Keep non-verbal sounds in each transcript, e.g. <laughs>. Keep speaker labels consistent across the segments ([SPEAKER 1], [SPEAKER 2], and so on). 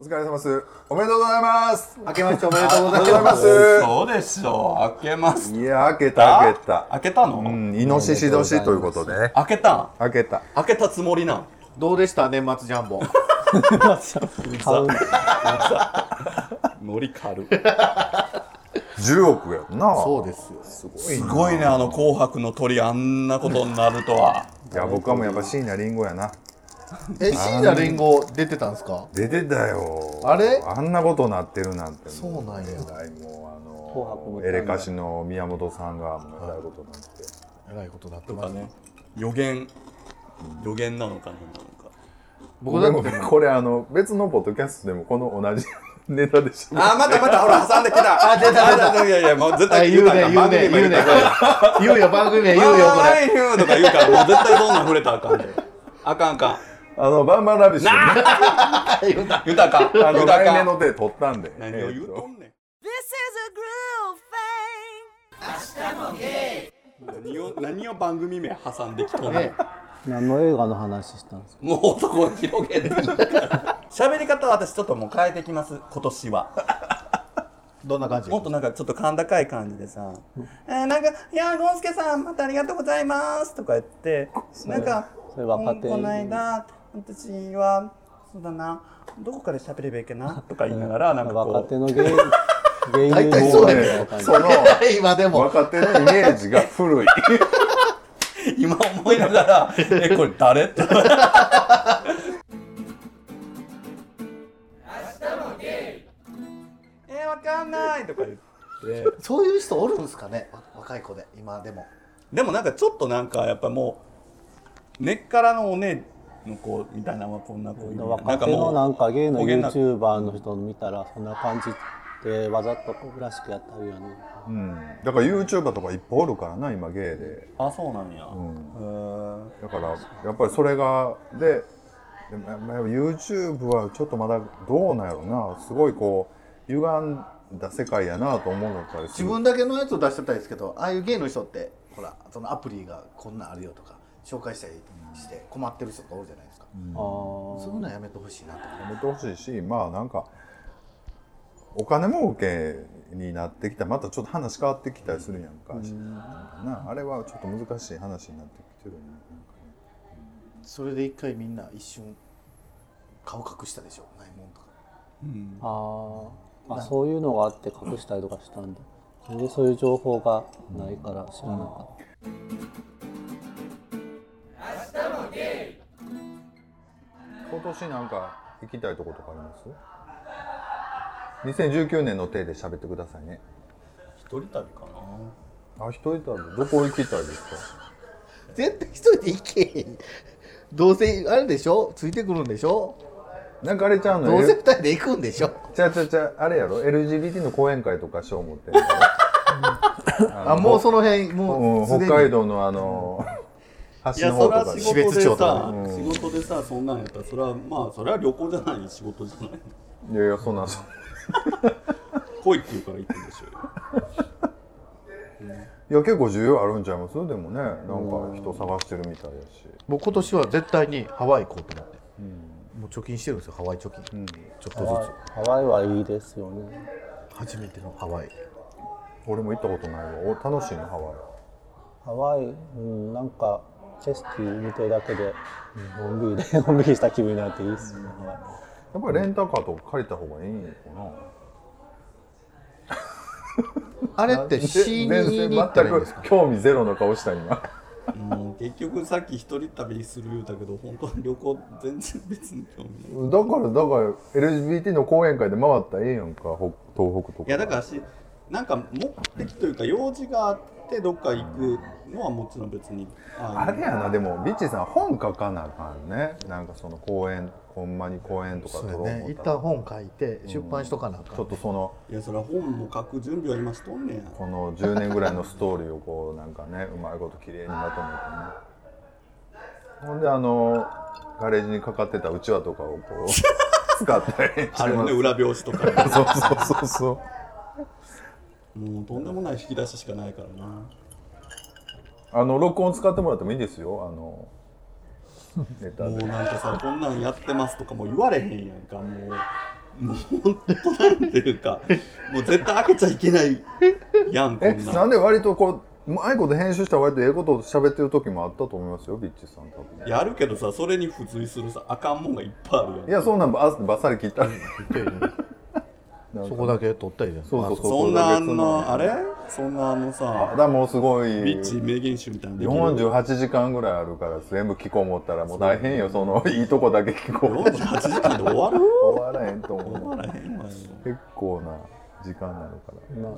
[SPEAKER 1] お疲れ様です。おめでとうございます。
[SPEAKER 2] 明けましておめでとうござい
[SPEAKER 1] おめでとうご
[SPEAKER 2] ま
[SPEAKER 1] ざいます
[SPEAKER 3] そうでしょう。開けます
[SPEAKER 1] いや、開けた、開けた。
[SPEAKER 3] 開けたの、
[SPEAKER 1] うん、イノシシ年ということでね。
[SPEAKER 3] 開けたん
[SPEAKER 1] 開けた。
[SPEAKER 3] 開けたつもりなん
[SPEAKER 2] す。どうでした年末ジ <laughs> ャンボ。
[SPEAKER 3] ノリ軽
[SPEAKER 1] 10億やもんな。
[SPEAKER 2] そうですよ。
[SPEAKER 3] すごいねあの紅白の鳥あんなことになるとはい
[SPEAKER 1] や、僕はもうやっぱ椎名林檎やな。
[SPEAKER 2] え、椎名林檎出てたんですか。
[SPEAKER 1] 出てたよ。
[SPEAKER 2] あれ
[SPEAKER 1] あんなことなってるなんて。
[SPEAKER 2] そ
[SPEAKER 1] も
[SPEAKER 2] うなんや。
[SPEAKER 1] はいも
[SPEAKER 4] 紅白
[SPEAKER 1] う
[SPEAKER 4] も
[SPEAKER 1] あの、エレカシの宮本さんが、もうえらいことになって。
[SPEAKER 2] えらいことなって
[SPEAKER 3] とか
[SPEAKER 2] ます。
[SPEAKER 3] ね予言予言なのか何なのか
[SPEAKER 2] 僕だっ
[SPEAKER 1] ごめん
[SPEAKER 2] て
[SPEAKER 1] ごめんこれあの、別のポッドキャストでもこの同じネタでしょ。
[SPEAKER 3] あまたまたほら挟んできた <laughs> あ出た出たいやいやもう絶
[SPEAKER 2] あ
[SPEAKER 3] 対
[SPEAKER 2] 言うね
[SPEAKER 3] ら
[SPEAKER 2] 言うね言うねこれ言うよ番組名言 <laughs> うよこれ。
[SPEAKER 3] れ言うとか言うからもう絶対どんなん触れたらあかんであかんあかん
[SPEAKER 1] あの、バンバンラビッシュ、ね、
[SPEAKER 3] 豊か
[SPEAKER 1] あの、
[SPEAKER 3] 豊
[SPEAKER 1] 来年
[SPEAKER 3] か
[SPEAKER 1] の手取ったんで。
[SPEAKER 3] 何を言うとんねん
[SPEAKER 5] This is a groove thing.
[SPEAKER 3] 何を何を番組名挟んできとんねん
[SPEAKER 2] ね
[SPEAKER 4] 何の映画の話したんですか
[SPEAKER 3] もう男を広げて喋り方は私ちょっともう変えてきます今年は
[SPEAKER 2] どんな感じ
[SPEAKER 3] も。っとなんかちょっと甲高い感じでさ「えー、なんかいやーゴンスケさんまたありがとうございます」とか言ってなんか
[SPEAKER 4] それ若手
[SPEAKER 3] うんこの間私はそうだなどこから喋ればいいかなとか言いながら
[SPEAKER 4] <laughs>
[SPEAKER 3] なんか
[SPEAKER 4] 若
[SPEAKER 3] こ
[SPEAKER 4] 手
[SPEAKER 3] う
[SPEAKER 4] の芸芸人
[SPEAKER 2] 大体そうだ
[SPEAKER 4] み
[SPEAKER 2] よ
[SPEAKER 4] たいな感じ
[SPEAKER 1] その、
[SPEAKER 2] <laughs> 今でも。
[SPEAKER 1] 若手のイメージが古
[SPEAKER 2] <laughs>
[SPEAKER 1] い。
[SPEAKER 3] 今思いなが
[SPEAKER 4] <laughs>
[SPEAKER 3] ら「えこれ誰?」って「えー、わかんない」とか言って。
[SPEAKER 2] そういう人おるんですかね。わ若い子で今でも。
[SPEAKER 3] でもなんかちょっとなんかやっぱもう根っからのお姉の子みたいなのはこんな子いる
[SPEAKER 4] 若手のなんか芸の
[SPEAKER 3] おげんな
[SPEAKER 4] YouTuber の人見たらそんな感じでわざと僕らしくやってはるよね
[SPEAKER 1] うん、だから YouTuber とかいっぱいおるからな今芸で
[SPEAKER 3] あそうなんや、へ
[SPEAKER 1] だからやっぱりそれがででもやっぱ YouTube はちょっとまだどうなんやろなすごいこう歪んだ世界やなと思うのか
[SPEAKER 2] 自分だけのやつを出してたいですけど、ああいう芸の人ってほらそのアプリがこんなんあるよとか紹介したりして困ってる人がおるじゃないですか。
[SPEAKER 4] あー
[SPEAKER 2] そういうのやめてほしいなと。
[SPEAKER 1] やめてほしいしまあなんかお金儲けになってきたまたちょっと話変わってきたりするやんか,、なんかなあれはちょっと難しい話になってきてるよね
[SPEAKER 2] それで一回みんな一瞬顔隠したでしょないもんとか
[SPEAKER 4] あーあそういうのがあって隠したりとかしたんだ全然そういう情報がないから知らなかっ
[SPEAKER 1] 今年なんか行きたいとことかあります2019年の手で喋ってくださいね
[SPEAKER 3] ー一人旅かな
[SPEAKER 1] あ一人旅どこ行きたいですか
[SPEAKER 2] 絶対一人で行けへんどうせあれでしょついてくるんでしょ
[SPEAKER 1] なんかあれちゃうの
[SPEAKER 2] どうせ二
[SPEAKER 1] よ
[SPEAKER 2] 人で行くんでしょ
[SPEAKER 1] ちゃうちゃうちゃうあれやろ LGBT の講演会とか賞持
[SPEAKER 2] <laughs>
[SPEAKER 1] ってるや
[SPEAKER 2] あもうその辺
[SPEAKER 1] ろ、
[SPEAKER 2] も
[SPEAKER 1] う
[SPEAKER 2] うんすでに
[SPEAKER 1] 北海道のあ
[SPEAKER 2] <laughs>
[SPEAKER 1] の
[SPEAKER 3] い
[SPEAKER 1] 橋
[SPEAKER 3] や
[SPEAKER 1] の
[SPEAKER 3] そ
[SPEAKER 1] 方
[SPEAKER 3] れは
[SPEAKER 1] とかで
[SPEAKER 3] 仕
[SPEAKER 2] 事
[SPEAKER 3] 事で
[SPEAKER 2] 標津町
[SPEAKER 3] さ
[SPEAKER 2] とか、
[SPEAKER 3] 仕事でさそんなんやったらそれはまあそれは旅行じゃない仕事じゃない
[SPEAKER 1] いやいやそんなんそんな
[SPEAKER 3] 来いって言うから行くんでしょうよ
[SPEAKER 1] いや結構需要あるんちゃいますでもねなんか人探してるみたいやし
[SPEAKER 2] もう今年は絶対にハワイ行こうと思って、もう貯金してるんですよハワイ貯金、ちょ
[SPEAKER 4] た
[SPEAKER 2] っと
[SPEAKER 4] ハワイはいいですよね
[SPEAKER 2] ずつ初めてのハワイ
[SPEAKER 1] 俺も行ったことないわお楽しいのハワイ
[SPEAKER 4] ハワイ、うん、なんか景色見てるだけでのんびりで <laughs> のんびりした気分になっていいっすよね、ハワイ
[SPEAKER 1] やっぱりレンタカーとか借りた方がいいのかな
[SPEAKER 2] あれって死にに行ったらいいんですか
[SPEAKER 1] 興味ゼロの顔した今
[SPEAKER 3] もう結局さっき一人旅する言うたけど本当に旅行全然別に興味ない
[SPEAKER 1] だからだから LGBT の講演会で回ったらええやんかほ東北とか
[SPEAKER 3] いやだからしなんか目的というか用事があってどっか行くのはもちろん別にあ
[SPEAKER 1] あれやなでもビッチーさん本書かなあかんねなんかその講演ほんまに講演とか
[SPEAKER 2] そう
[SPEAKER 1] 取ろ
[SPEAKER 2] や
[SPEAKER 1] う
[SPEAKER 2] ね
[SPEAKER 1] 思っ
[SPEAKER 2] 一
[SPEAKER 1] た
[SPEAKER 2] 旦
[SPEAKER 1] ら
[SPEAKER 2] 本書いて出版しとかなあかん
[SPEAKER 1] ちょっとその
[SPEAKER 3] いやそれは本も書く準備は今しとんねん
[SPEAKER 1] この10年ぐらいのストーリーをこうなんかねうまいこと綺麗にまとめてねほんであのガレージにかかってたうちわとかをこう使ったりして
[SPEAKER 3] あれ
[SPEAKER 1] ま
[SPEAKER 3] のね
[SPEAKER 1] す
[SPEAKER 3] 裏表紙とか
[SPEAKER 1] そうそうそうそう
[SPEAKER 3] もうとんでもない引き出ししかないからな
[SPEAKER 1] あの録音使ってもらってもいいですよあのネタ
[SPEAKER 3] もう
[SPEAKER 1] で
[SPEAKER 3] なんかさこんなんやってますとかもう言われへんやんかもうもう本当なんていうか、もう絶対開けちゃいけないやん、こ
[SPEAKER 1] え
[SPEAKER 3] ん
[SPEAKER 1] な。
[SPEAKER 3] なん
[SPEAKER 1] で割とこううまいこと編集したら割とええこと喋ってる時もあったと思いますよビッチさん多分
[SPEAKER 3] やるけどさ、それに付随するさ、あかんもんがいっぱいあるやん。
[SPEAKER 1] いやそんなんばばっさり切ったり <laughs>
[SPEAKER 2] そこだけ取ったらいいじゃん
[SPEAKER 1] そうそうそう
[SPEAKER 3] そんなあん
[SPEAKER 1] の
[SPEAKER 3] な、あれそんなあの
[SPEAKER 1] だか
[SPEAKER 3] さ、
[SPEAKER 1] らもうすごい
[SPEAKER 3] ビッチ名言集みたいなのできる
[SPEAKER 1] 48時間ぐらいあるから全部聞こう思ったらもう大変よそのいいとこだけ聞こ <laughs> う
[SPEAKER 3] 48時間で終わる
[SPEAKER 1] 終わらへんと
[SPEAKER 3] 終
[SPEAKER 1] 思
[SPEAKER 3] わらへんわよ。
[SPEAKER 1] う結構な時間になるか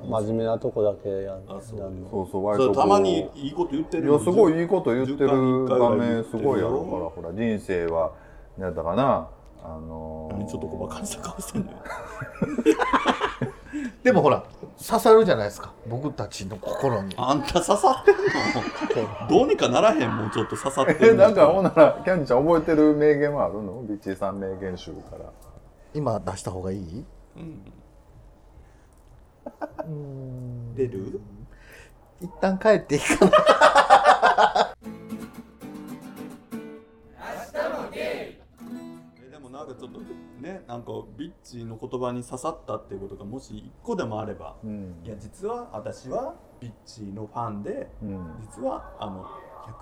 [SPEAKER 1] ら
[SPEAKER 4] ま真面目なとこだけやる
[SPEAKER 3] あそう
[SPEAKER 4] やるの
[SPEAKER 1] そうそう割
[SPEAKER 3] そ
[SPEAKER 1] と
[SPEAKER 3] れ
[SPEAKER 1] こう
[SPEAKER 3] たまにいいこと言って
[SPEAKER 1] い
[SPEAKER 3] る
[SPEAKER 1] やすごいい
[SPEAKER 3] い
[SPEAKER 1] いこと言ってる
[SPEAKER 3] 10回
[SPEAKER 1] 場
[SPEAKER 3] ぐらい言
[SPEAKER 1] 面
[SPEAKER 3] って
[SPEAKER 1] す
[SPEAKER 3] るよ
[SPEAKER 1] ごいやろほらほら人生はなんだかなあのー
[SPEAKER 3] ちょっとこうバカにした顔してんのよ。
[SPEAKER 2] でもほら刺さるじゃないですか僕たちの心に
[SPEAKER 3] <laughs> あんた刺さってんのどうにかならへんもうちょっと刺さって
[SPEAKER 1] え
[SPEAKER 3] る
[SPEAKER 1] なんかほんならキャンディちゃん覚えてる名言はあるのビッチーさん名言集から
[SPEAKER 2] 今出した方がいい
[SPEAKER 3] 出る
[SPEAKER 2] 一旦帰っていいかな
[SPEAKER 3] えでもなんかちょっとねなんかビッチの言葉に刺さったっていうことがもし一個でもあれば、
[SPEAKER 1] うん
[SPEAKER 3] いや実は私はビッチのファンで
[SPEAKER 1] うん
[SPEAKER 3] 実はあの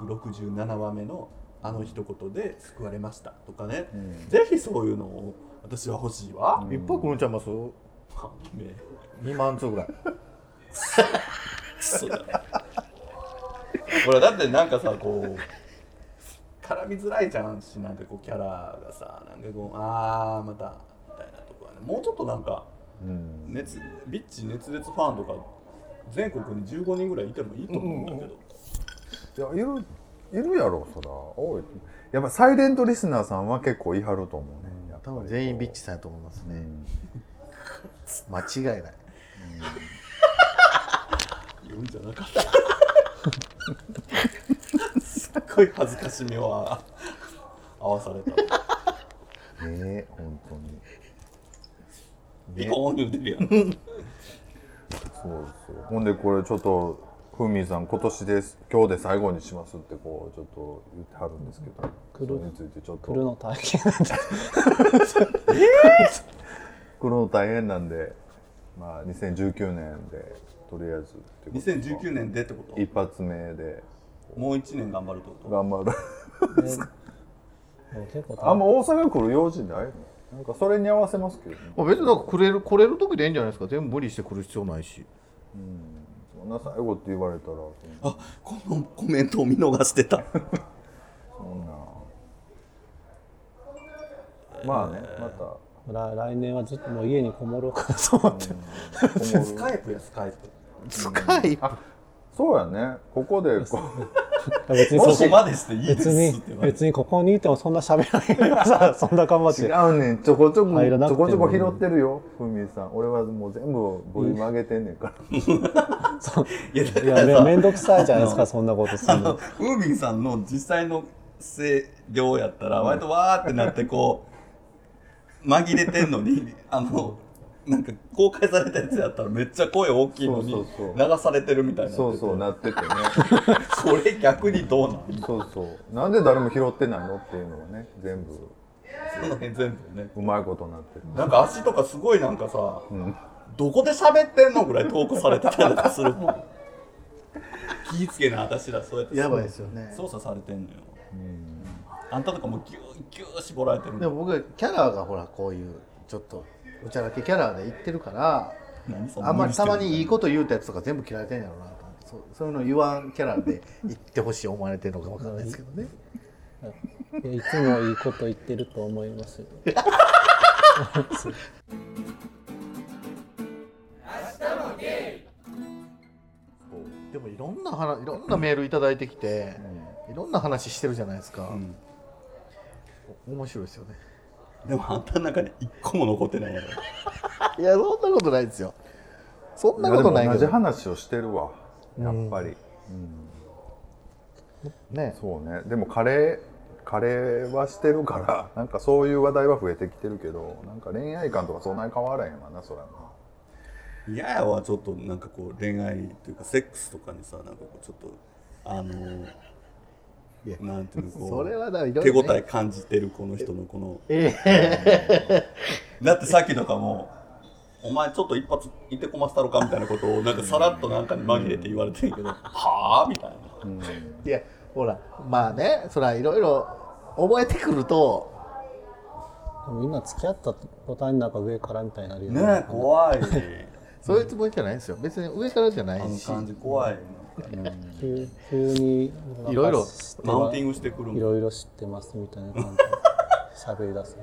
[SPEAKER 3] 167話目のあの一言で救われましたとかね、
[SPEAKER 1] うん
[SPEAKER 3] ぜひそういうのを私は欲しいわ、
[SPEAKER 2] 一泊うんちゃいます2
[SPEAKER 3] ファン名
[SPEAKER 2] 万通ぐらい
[SPEAKER 3] クソだなほらだってなんかさこう絡みづらいじゃんしなんかこうキャラがさなんかこうああまたみたいなとこはねもうちょっとなんか
[SPEAKER 1] うん
[SPEAKER 3] 熱ビッチ熱烈ファンとか全国に15人ぐらいいてもいいと思うんだけど、
[SPEAKER 1] いやいるいるやろそら多いやっぱサイレントリスナーさんは結構言い張ると思うねやっぱ
[SPEAKER 2] 多
[SPEAKER 1] り
[SPEAKER 2] 分全員ビッチさんやと思います
[SPEAKER 1] う
[SPEAKER 2] ね
[SPEAKER 1] ん
[SPEAKER 2] 間違いない
[SPEAKER 3] 言うんじゃなかったすっごい恥ずかしみは合わされた
[SPEAKER 1] ねえ本当に
[SPEAKER 3] ビコーン言うてるやん
[SPEAKER 1] そうですよほんでこれちょっとふみさん今年です今日で最後にしますってこうちょっと言ってはるんですけど
[SPEAKER 4] 来る
[SPEAKER 1] それについてちょっと
[SPEAKER 4] 来るの大変
[SPEAKER 1] 来るの大変なんでまあ2019年でとりあえずっていうことですか
[SPEAKER 3] 2019年でってこと
[SPEAKER 1] 一発目で
[SPEAKER 3] もう1年頑張るってこと
[SPEAKER 1] 頑張る
[SPEAKER 4] でも結構
[SPEAKER 1] あ
[SPEAKER 4] 大
[SPEAKER 1] んま大阪来る用事ないのなんかそれに合わせますけどね
[SPEAKER 2] まあ別になんか来れる来れる時でいいんじゃないですか全部無理して来る必要ないし
[SPEAKER 1] そんな最後って言われたら
[SPEAKER 3] あこのコメントを見逃してた
[SPEAKER 1] そんなまあねまた
[SPEAKER 4] 変来来年はずっともう家にこもろうかなと思って
[SPEAKER 3] スカイプやスカイプ。
[SPEAKER 2] 使い
[SPEAKER 1] そうやねここでこう
[SPEAKER 4] 別に
[SPEAKER 3] もう <laughs> そ
[SPEAKER 4] そ
[SPEAKER 3] こ
[SPEAKER 4] こ
[SPEAKER 3] までしていいです
[SPEAKER 4] 別
[SPEAKER 3] っ
[SPEAKER 4] に
[SPEAKER 3] て言われて。
[SPEAKER 4] 別にここにいてもそんな喋らないから
[SPEAKER 3] <laughs>
[SPEAKER 4] さそんな頑張って
[SPEAKER 1] 違うねんちょこちょこ
[SPEAKER 4] 入ら
[SPEAKER 1] ち
[SPEAKER 4] なくて
[SPEAKER 1] ょ
[SPEAKER 4] も
[SPEAKER 1] こちょこ拾ってるよふみさん俺はもう全部部位曲げてんねんから
[SPEAKER 3] いやだ
[SPEAKER 4] い
[SPEAKER 3] か
[SPEAKER 4] や
[SPEAKER 3] ら
[SPEAKER 4] め
[SPEAKER 3] さ
[SPEAKER 4] めんどくさいじゃないです
[SPEAKER 3] あ
[SPEAKER 4] か
[SPEAKER 3] の
[SPEAKER 4] そんなことす
[SPEAKER 3] あ
[SPEAKER 4] る
[SPEAKER 3] の
[SPEAKER 4] の
[SPEAKER 3] ウーミンさんの実際の声量やったら割とわーってなってこう紛れてんのにあのなんか公開されたやつやったらめっちゃ声大きいのに
[SPEAKER 1] そう
[SPEAKER 3] 流
[SPEAKER 1] そう
[SPEAKER 3] されてるみたいに
[SPEAKER 1] <laughs>
[SPEAKER 3] な
[SPEAKER 1] そうそうなっててね
[SPEAKER 3] これ逆にどうなん <laughs>
[SPEAKER 1] そうそうなんで誰も拾ってないのっていうのはね全部
[SPEAKER 3] その辺全部ね
[SPEAKER 1] うまいことなってる
[SPEAKER 3] なんか足とかすごいなんかさ、どこで喋ってんのぐらい投稿されてたりとかするも
[SPEAKER 2] <laughs>
[SPEAKER 3] ん気ぃつけな私らそうやって
[SPEAKER 2] やばいですよね
[SPEAKER 3] 操作されてんのよ、あんたとかもうギューギュー絞られてる
[SPEAKER 2] でも僕はキャラがほらこういうちょっとおちゃらけキャラでいってるから
[SPEAKER 3] 何そんな
[SPEAKER 2] あんまりたまにいい
[SPEAKER 3] こ
[SPEAKER 2] こと言うたやつとか全部嫌られてんやろうなと思ってそうそういうの言わんキャラで言ってほしい思われてるのかわかんないですけどね
[SPEAKER 4] いやいつもいいこと言ってると思いますよ
[SPEAKER 2] でもいろんな話いろんなメールいただいてきて、いろんな話してるじゃないですか、
[SPEAKER 3] ん
[SPEAKER 2] 面白いですよね
[SPEAKER 3] でもあんたの中に一個も残ってないやろ
[SPEAKER 2] <laughs> いやそんなことないですよそん
[SPEAKER 1] い
[SPEAKER 2] な
[SPEAKER 1] や
[SPEAKER 2] こ
[SPEAKER 1] で
[SPEAKER 2] と
[SPEAKER 1] も
[SPEAKER 2] ない
[SPEAKER 1] 同
[SPEAKER 2] け
[SPEAKER 1] じ
[SPEAKER 2] ど
[SPEAKER 1] 話をしてるわやっぱり
[SPEAKER 2] ね
[SPEAKER 1] そうねでもカレーカレーはしてるから <laughs> なんかそういう話題は増えてきてるけどなんか恋愛観とかそんなに変わらへんわなそらな
[SPEAKER 3] 嫌やわちょっとなんかこう恋愛というかセックスとかにさなんかこうちょっとあのなんていうのこう
[SPEAKER 2] それはだからいろい
[SPEAKER 3] 手
[SPEAKER 2] ろね
[SPEAKER 3] 応え感じてるこの人のこの
[SPEAKER 2] え
[SPEAKER 3] だってさっきとかも「お前ちょっと一発いてこませたろか」みたいなことをなんかさらっとなんかに紛れて言われてん
[SPEAKER 2] <laughs>
[SPEAKER 3] けど「はあ?」みたいな
[SPEAKER 2] えいやほらまあねそりゃいろいろ覚えてくると
[SPEAKER 4] でも今付き合った途端になんか上からみたいになるよ
[SPEAKER 3] ねえ怖い
[SPEAKER 2] そういうつもりじゃないんですよ別に上からじゃな
[SPEAKER 3] あの
[SPEAKER 2] いし
[SPEAKER 3] 感じ怖い
[SPEAKER 4] 急急になんか
[SPEAKER 2] いろいろ
[SPEAKER 4] 知ってま
[SPEAKER 3] マウンティングしてくるもん
[SPEAKER 4] いろいろ知ってますみたいな感じで喋り出す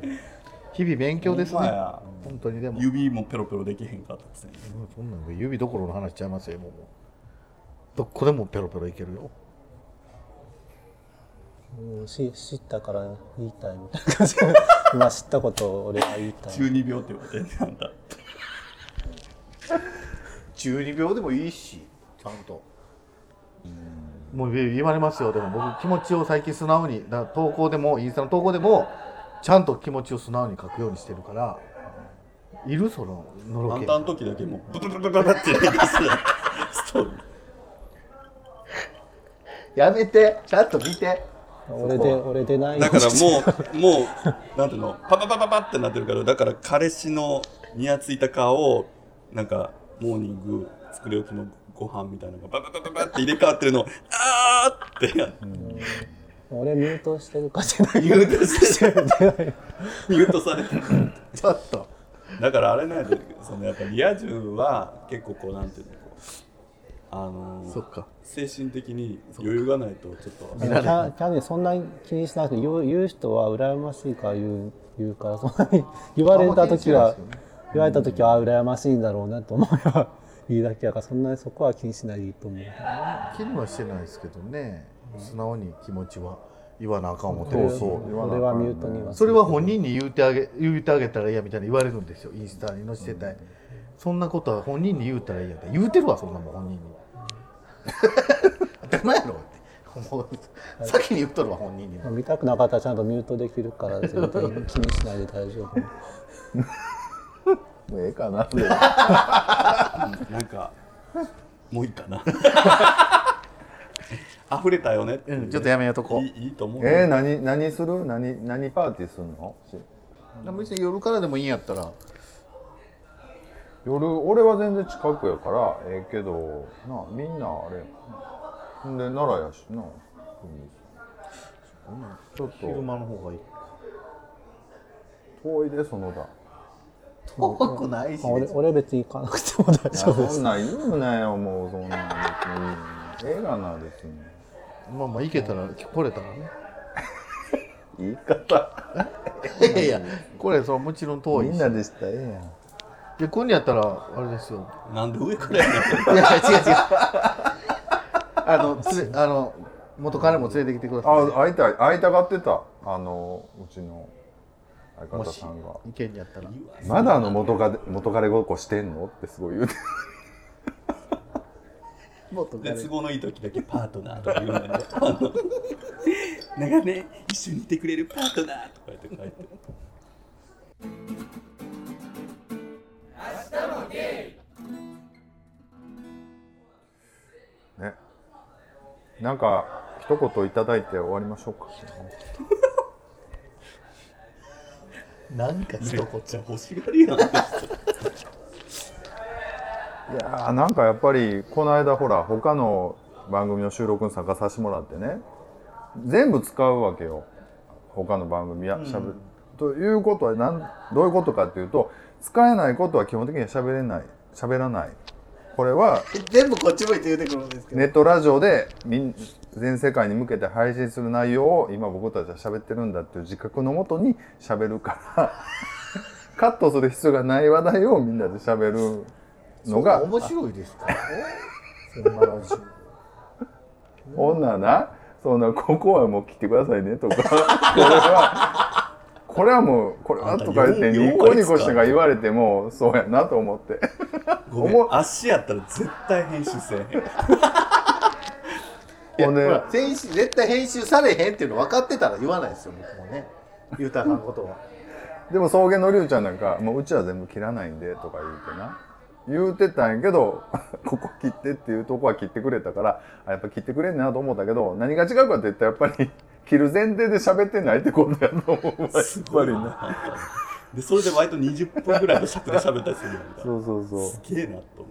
[SPEAKER 2] 日々勉強ですね
[SPEAKER 3] ほんまや
[SPEAKER 2] 本当にでも
[SPEAKER 3] 指もペロペロできへんかったですね
[SPEAKER 2] もうそんなんか指どころの話しちゃいますよもうもうどこでもペロペロいけるよ
[SPEAKER 4] もうし知ったから言いたいみたいな感じ今知ったことを俺は言い
[SPEAKER 3] <laughs>
[SPEAKER 4] たい
[SPEAKER 3] 12秒って言われてなんだ
[SPEAKER 2] 12秒でもいいしちゃんともう言われますよでも僕気持ちを最近素直にだから投稿でもインスタの投稿でもちゃんと気持ちを素直に書くようにしてるからいるそのの
[SPEAKER 3] あん
[SPEAKER 2] ろけ
[SPEAKER 3] たの時だけもうブブブブブブってなんかするストーリー
[SPEAKER 2] やめてちゃんと見て
[SPEAKER 4] 俺で <laughs> 俺でない
[SPEAKER 3] だからもう、もう、なんていうの、パパパパパってなってるから、だから彼氏のにやついた顔を、なんか、モーニング作り置きのご飯みたいなのが、パパパパパって入れ替わってるのを、あーってやって、
[SPEAKER 4] 俺ミュートしてるかじゃない
[SPEAKER 3] ミュートしてる
[SPEAKER 4] る
[SPEAKER 3] ミュートされてる。
[SPEAKER 2] ちょっと
[SPEAKER 3] だからあれなんやけど、そのやっぱリア充は結構こう、なんていうの、こう、あのー
[SPEAKER 2] そっか
[SPEAKER 3] 精神的に余裕がないと、ちょっと、
[SPEAKER 4] キャキャンディーそんなに気にしなくて言う言う人は羨ましいから言う言うからそんなに言われた時は言われた時はあ羨ましいんだろうなと思えばいいだけやからそんなにそこは気にしないでいいと思う
[SPEAKER 2] 気にはしてないですけどね素直に気持ちは言わなあかん思って
[SPEAKER 4] そ
[SPEAKER 2] る
[SPEAKER 4] う
[SPEAKER 2] そう
[SPEAKER 4] 俺はミュートには
[SPEAKER 2] それは本人に言うてあげ言うてあげたらいいやみたいな言われるんですよインスタに載せてたい、そんなことは本人に言うたらいいやって言うてるわそんなもん本人に <laughs> 当たり前やろってもう先に言っとるわ本人に
[SPEAKER 4] まあ見たくなかったらちゃんとミュートできるから全然気にしないで大丈夫
[SPEAKER 1] もうええかな。で
[SPEAKER 3] なんか、もういいかな。 <laughs> 溢れたよねっていうね、
[SPEAKER 2] うんちょっとやめようとこ
[SPEAKER 3] いいいいと思う
[SPEAKER 1] <laughs>
[SPEAKER 3] よ。
[SPEAKER 1] えー、何何する？何何パーティーするの？し
[SPEAKER 2] 別に夜からでもいいんやったら
[SPEAKER 1] 夜俺は全然近くやからええけど、なみんなあれやな。んで奈良やしな。ちょっ
[SPEAKER 2] 昼
[SPEAKER 1] と
[SPEAKER 2] 間の方がいい
[SPEAKER 1] 遠いでそのだ。
[SPEAKER 2] 怖くないし
[SPEAKER 4] まあ俺俺別に行かなくても大丈夫で
[SPEAKER 1] そんなん言うなよもうそんなん別に。ええがな別に。
[SPEAKER 2] まあまあ行けたら来れたらね
[SPEAKER 1] 言い方。
[SPEAKER 2] いやいやこれそれもちろん遠
[SPEAKER 1] み
[SPEAKER 2] い
[SPEAKER 1] ん
[SPEAKER 2] し
[SPEAKER 1] なでしたらええやん。
[SPEAKER 2] で今度やったらあれですよ
[SPEAKER 3] なんで上からやねん。
[SPEAKER 2] い <laughs> や違う違うあのつれあの元彼も連れてきてください
[SPEAKER 1] あ会いたい会いたがってたあのうちの相方さんが。
[SPEAKER 2] 意見やったら
[SPEAKER 1] まだあの元カレ元カレごっこしてんのってすごい言うて
[SPEAKER 2] 元
[SPEAKER 3] で都合のいい時だけパートナーとか言うのね。 <laughs> あの長年一緒にいてくれるパートナーとか言って書いて。
[SPEAKER 1] ねなんか一言いただいて終わりましょうか
[SPEAKER 2] なんか
[SPEAKER 3] めっちゃ欲しがりやん。
[SPEAKER 1] いやーなんかやっぱりこの間ほら他の番組の収録に参加させてもらってね全部使うわけよ他の番組やしゃべる、ということはなんどういうことかっていうと使えないことは基本的にはしゃべれないしゃべらないこれは
[SPEAKER 2] <laughs> 全部こっち向いて言うてくるんですけど、
[SPEAKER 1] ネットラジオでみん全世界に向けて配信する内容を今僕たちは喋ってるんだっていう自覚のもとに喋るから <laughs> カットする必要がない話題をみんなで喋るのが
[SPEAKER 2] 面白いですか
[SPEAKER 1] 女はなそんなここはもう切ってくださいねとか <laughs> これはこれはもうこれはとか言って
[SPEAKER 3] あんたよう
[SPEAKER 1] ニコニコしてが言われてもそうやなと思って
[SPEAKER 3] ごめん。足やったら絶対編集せえへん。
[SPEAKER 1] ほんで
[SPEAKER 2] 編集絶対編集されへんっていうの分かってたら言わないですよ僕もね言うたらあかんことは
[SPEAKER 1] でも草原のりゅうちゃんなんか「もううちは全部切らないんで」とか言うてな言うてたんやけど <laughs> ここ切ってっていうとこは切ってくれたからあやっぱ切ってくれんねんなと思ったけど何が違うかって言ったらやっぱり切る前提で喋ってないってことやと思うわやっ
[SPEAKER 3] すご
[SPEAKER 1] ぱ
[SPEAKER 3] い
[SPEAKER 1] り
[SPEAKER 3] な
[SPEAKER 1] ね
[SPEAKER 3] でそれで割と20分ぐらいの尺で喋ったりするやんか
[SPEAKER 1] そうそうそう
[SPEAKER 3] すげえなと思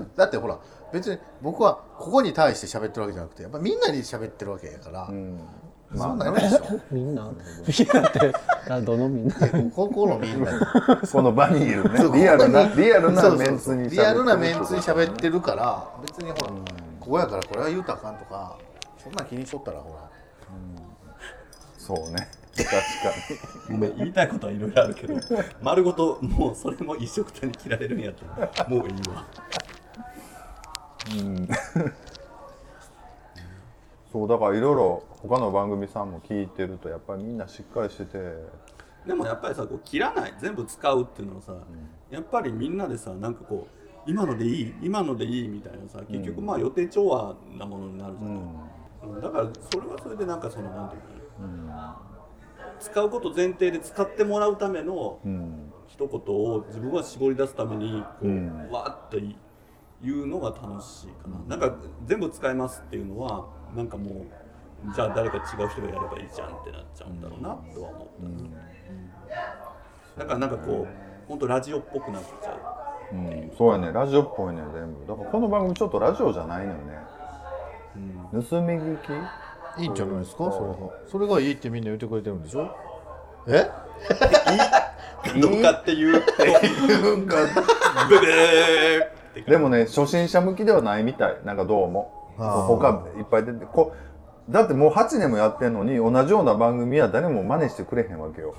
[SPEAKER 3] う
[SPEAKER 2] だってほら別に僕はここに対して喋ってるわけじゃなくてやっぱみんなに喋ってるわけやから、
[SPEAKER 1] うん
[SPEAKER 2] そんなんないでしょ
[SPEAKER 4] みんな <laughs> みんなってあどのみんな
[SPEAKER 2] 高校のみんなに
[SPEAKER 1] この場にいるね
[SPEAKER 2] そ
[SPEAKER 1] <laughs>
[SPEAKER 2] う
[SPEAKER 1] リアルな
[SPEAKER 2] ここに
[SPEAKER 1] リアル
[SPEAKER 2] そう
[SPEAKER 1] な
[SPEAKER 2] そう
[SPEAKER 1] メ
[SPEAKER 2] そう
[SPEAKER 1] ンツに
[SPEAKER 2] リアルなメンツ
[SPEAKER 1] 喋って
[SPEAKER 2] に
[SPEAKER 1] る
[SPEAKER 2] 喋ってるから別にほら、ここやからこれは言うたらあかんとかそんなん気にしとったらほら
[SPEAKER 1] そうね確かに
[SPEAKER 3] ごめん言いたいことはいろいろあるけど丸ごともうそれも一緒くたに切られるんやったらもういいわ
[SPEAKER 1] そうだからいろいろ他の番組さんも聞いてるとやっぱりみんなしっかりしてて
[SPEAKER 3] でもやっぱりさこう切らない全部使うっていうのはさ、やっぱりみんなでさなんかこう今のでいい今のでいいみたいなさ結局まあ予定調和なものになるじ
[SPEAKER 1] う
[SPEAKER 3] ゃない、
[SPEAKER 1] ん
[SPEAKER 3] うんだからそれはそれでなんかそのなんていうの、使うこと前提で使ってもらうための
[SPEAKER 1] うん
[SPEAKER 3] 一言を自分は絞り出すためにこう、
[SPEAKER 1] うん
[SPEAKER 3] わーっと言うのが楽しいかな、なんか全部使いますっていうのはなんかもうじゃあ誰か違う人がやればいいじゃんってなっちゃうんだろうなとは思った、だからなんかこう本当ラジオっぽくなっちゃ
[SPEAKER 1] うん、そうやねラジオっぽいね全部だからこの番組ちょっとラジオじゃないのよね、盗み聞き
[SPEAKER 2] いいんじゃないですかそれがそれがいいってみんな言ってくれてるんでしょえ
[SPEAKER 3] <laughs> うどうかっていうとブブーって
[SPEAKER 1] でもね初心者向きではないみたいなんかどうも
[SPEAKER 2] あー
[SPEAKER 1] 他いっぱい出てこだってもう8年もやってんのに同じような番組は誰も真似してくれへんわけ
[SPEAKER 2] <laughs>
[SPEAKER 1] よ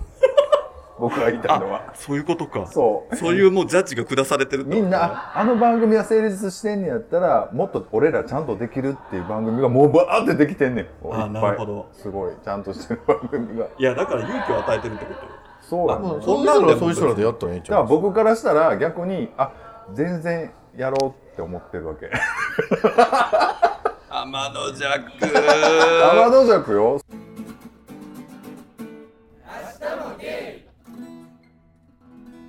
[SPEAKER 1] 僕が言いたいのは
[SPEAKER 3] そういうことか
[SPEAKER 1] そう
[SPEAKER 3] そういうもうジャッジが下されてるって
[SPEAKER 1] みんなああの番組が成立してんねやったらもっと俺らちゃんとできるっていう番組がもうバーってできてんねんこう
[SPEAKER 3] あー
[SPEAKER 1] いっぱい
[SPEAKER 3] なるほど
[SPEAKER 1] すごいちゃんとしてる番組が
[SPEAKER 3] いやだから勇気を与えてるってことよ
[SPEAKER 1] そうやね
[SPEAKER 2] もう
[SPEAKER 3] そ
[SPEAKER 2] そ
[SPEAKER 3] ん
[SPEAKER 2] ん
[SPEAKER 3] な
[SPEAKER 2] なん
[SPEAKER 3] でも
[SPEAKER 2] のはそういう人らでやったらいいんち
[SPEAKER 1] だから
[SPEAKER 2] ゃう
[SPEAKER 1] 僕からしたら逆にあ全然やろうって思ってるわけ
[SPEAKER 3] 天のジャック
[SPEAKER 1] 天の弱よ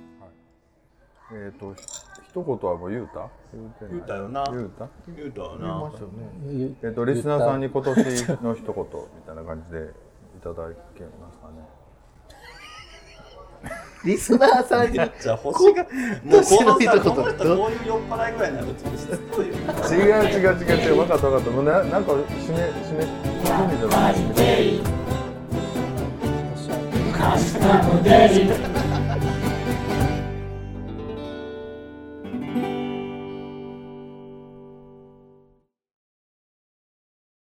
[SPEAKER 1] 明日もゲイえっ、とひ一言はもう言うた言うてない
[SPEAKER 3] 言うたよな
[SPEAKER 1] 言うた
[SPEAKER 3] 言うたよ
[SPEAKER 2] 言い
[SPEAKER 3] な
[SPEAKER 2] ましたよね
[SPEAKER 4] ゆ
[SPEAKER 1] えっ、とリスナーさんに今年の一言みたいな感じでいただけますかね
[SPEAKER 2] リスナーさんに
[SPEAKER 3] やっちゃ星がもうこの
[SPEAKER 2] 年の
[SPEAKER 3] さ
[SPEAKER 2] 一言
[SPEAKER 3] この人こういう酔っ払いぐらいになるとちょっとしつこいよ
[SPEAKER 1] 違う違う違う違う分かった分かったもうななんか締め締め締めじゃない
[SPEAKER 4] 私は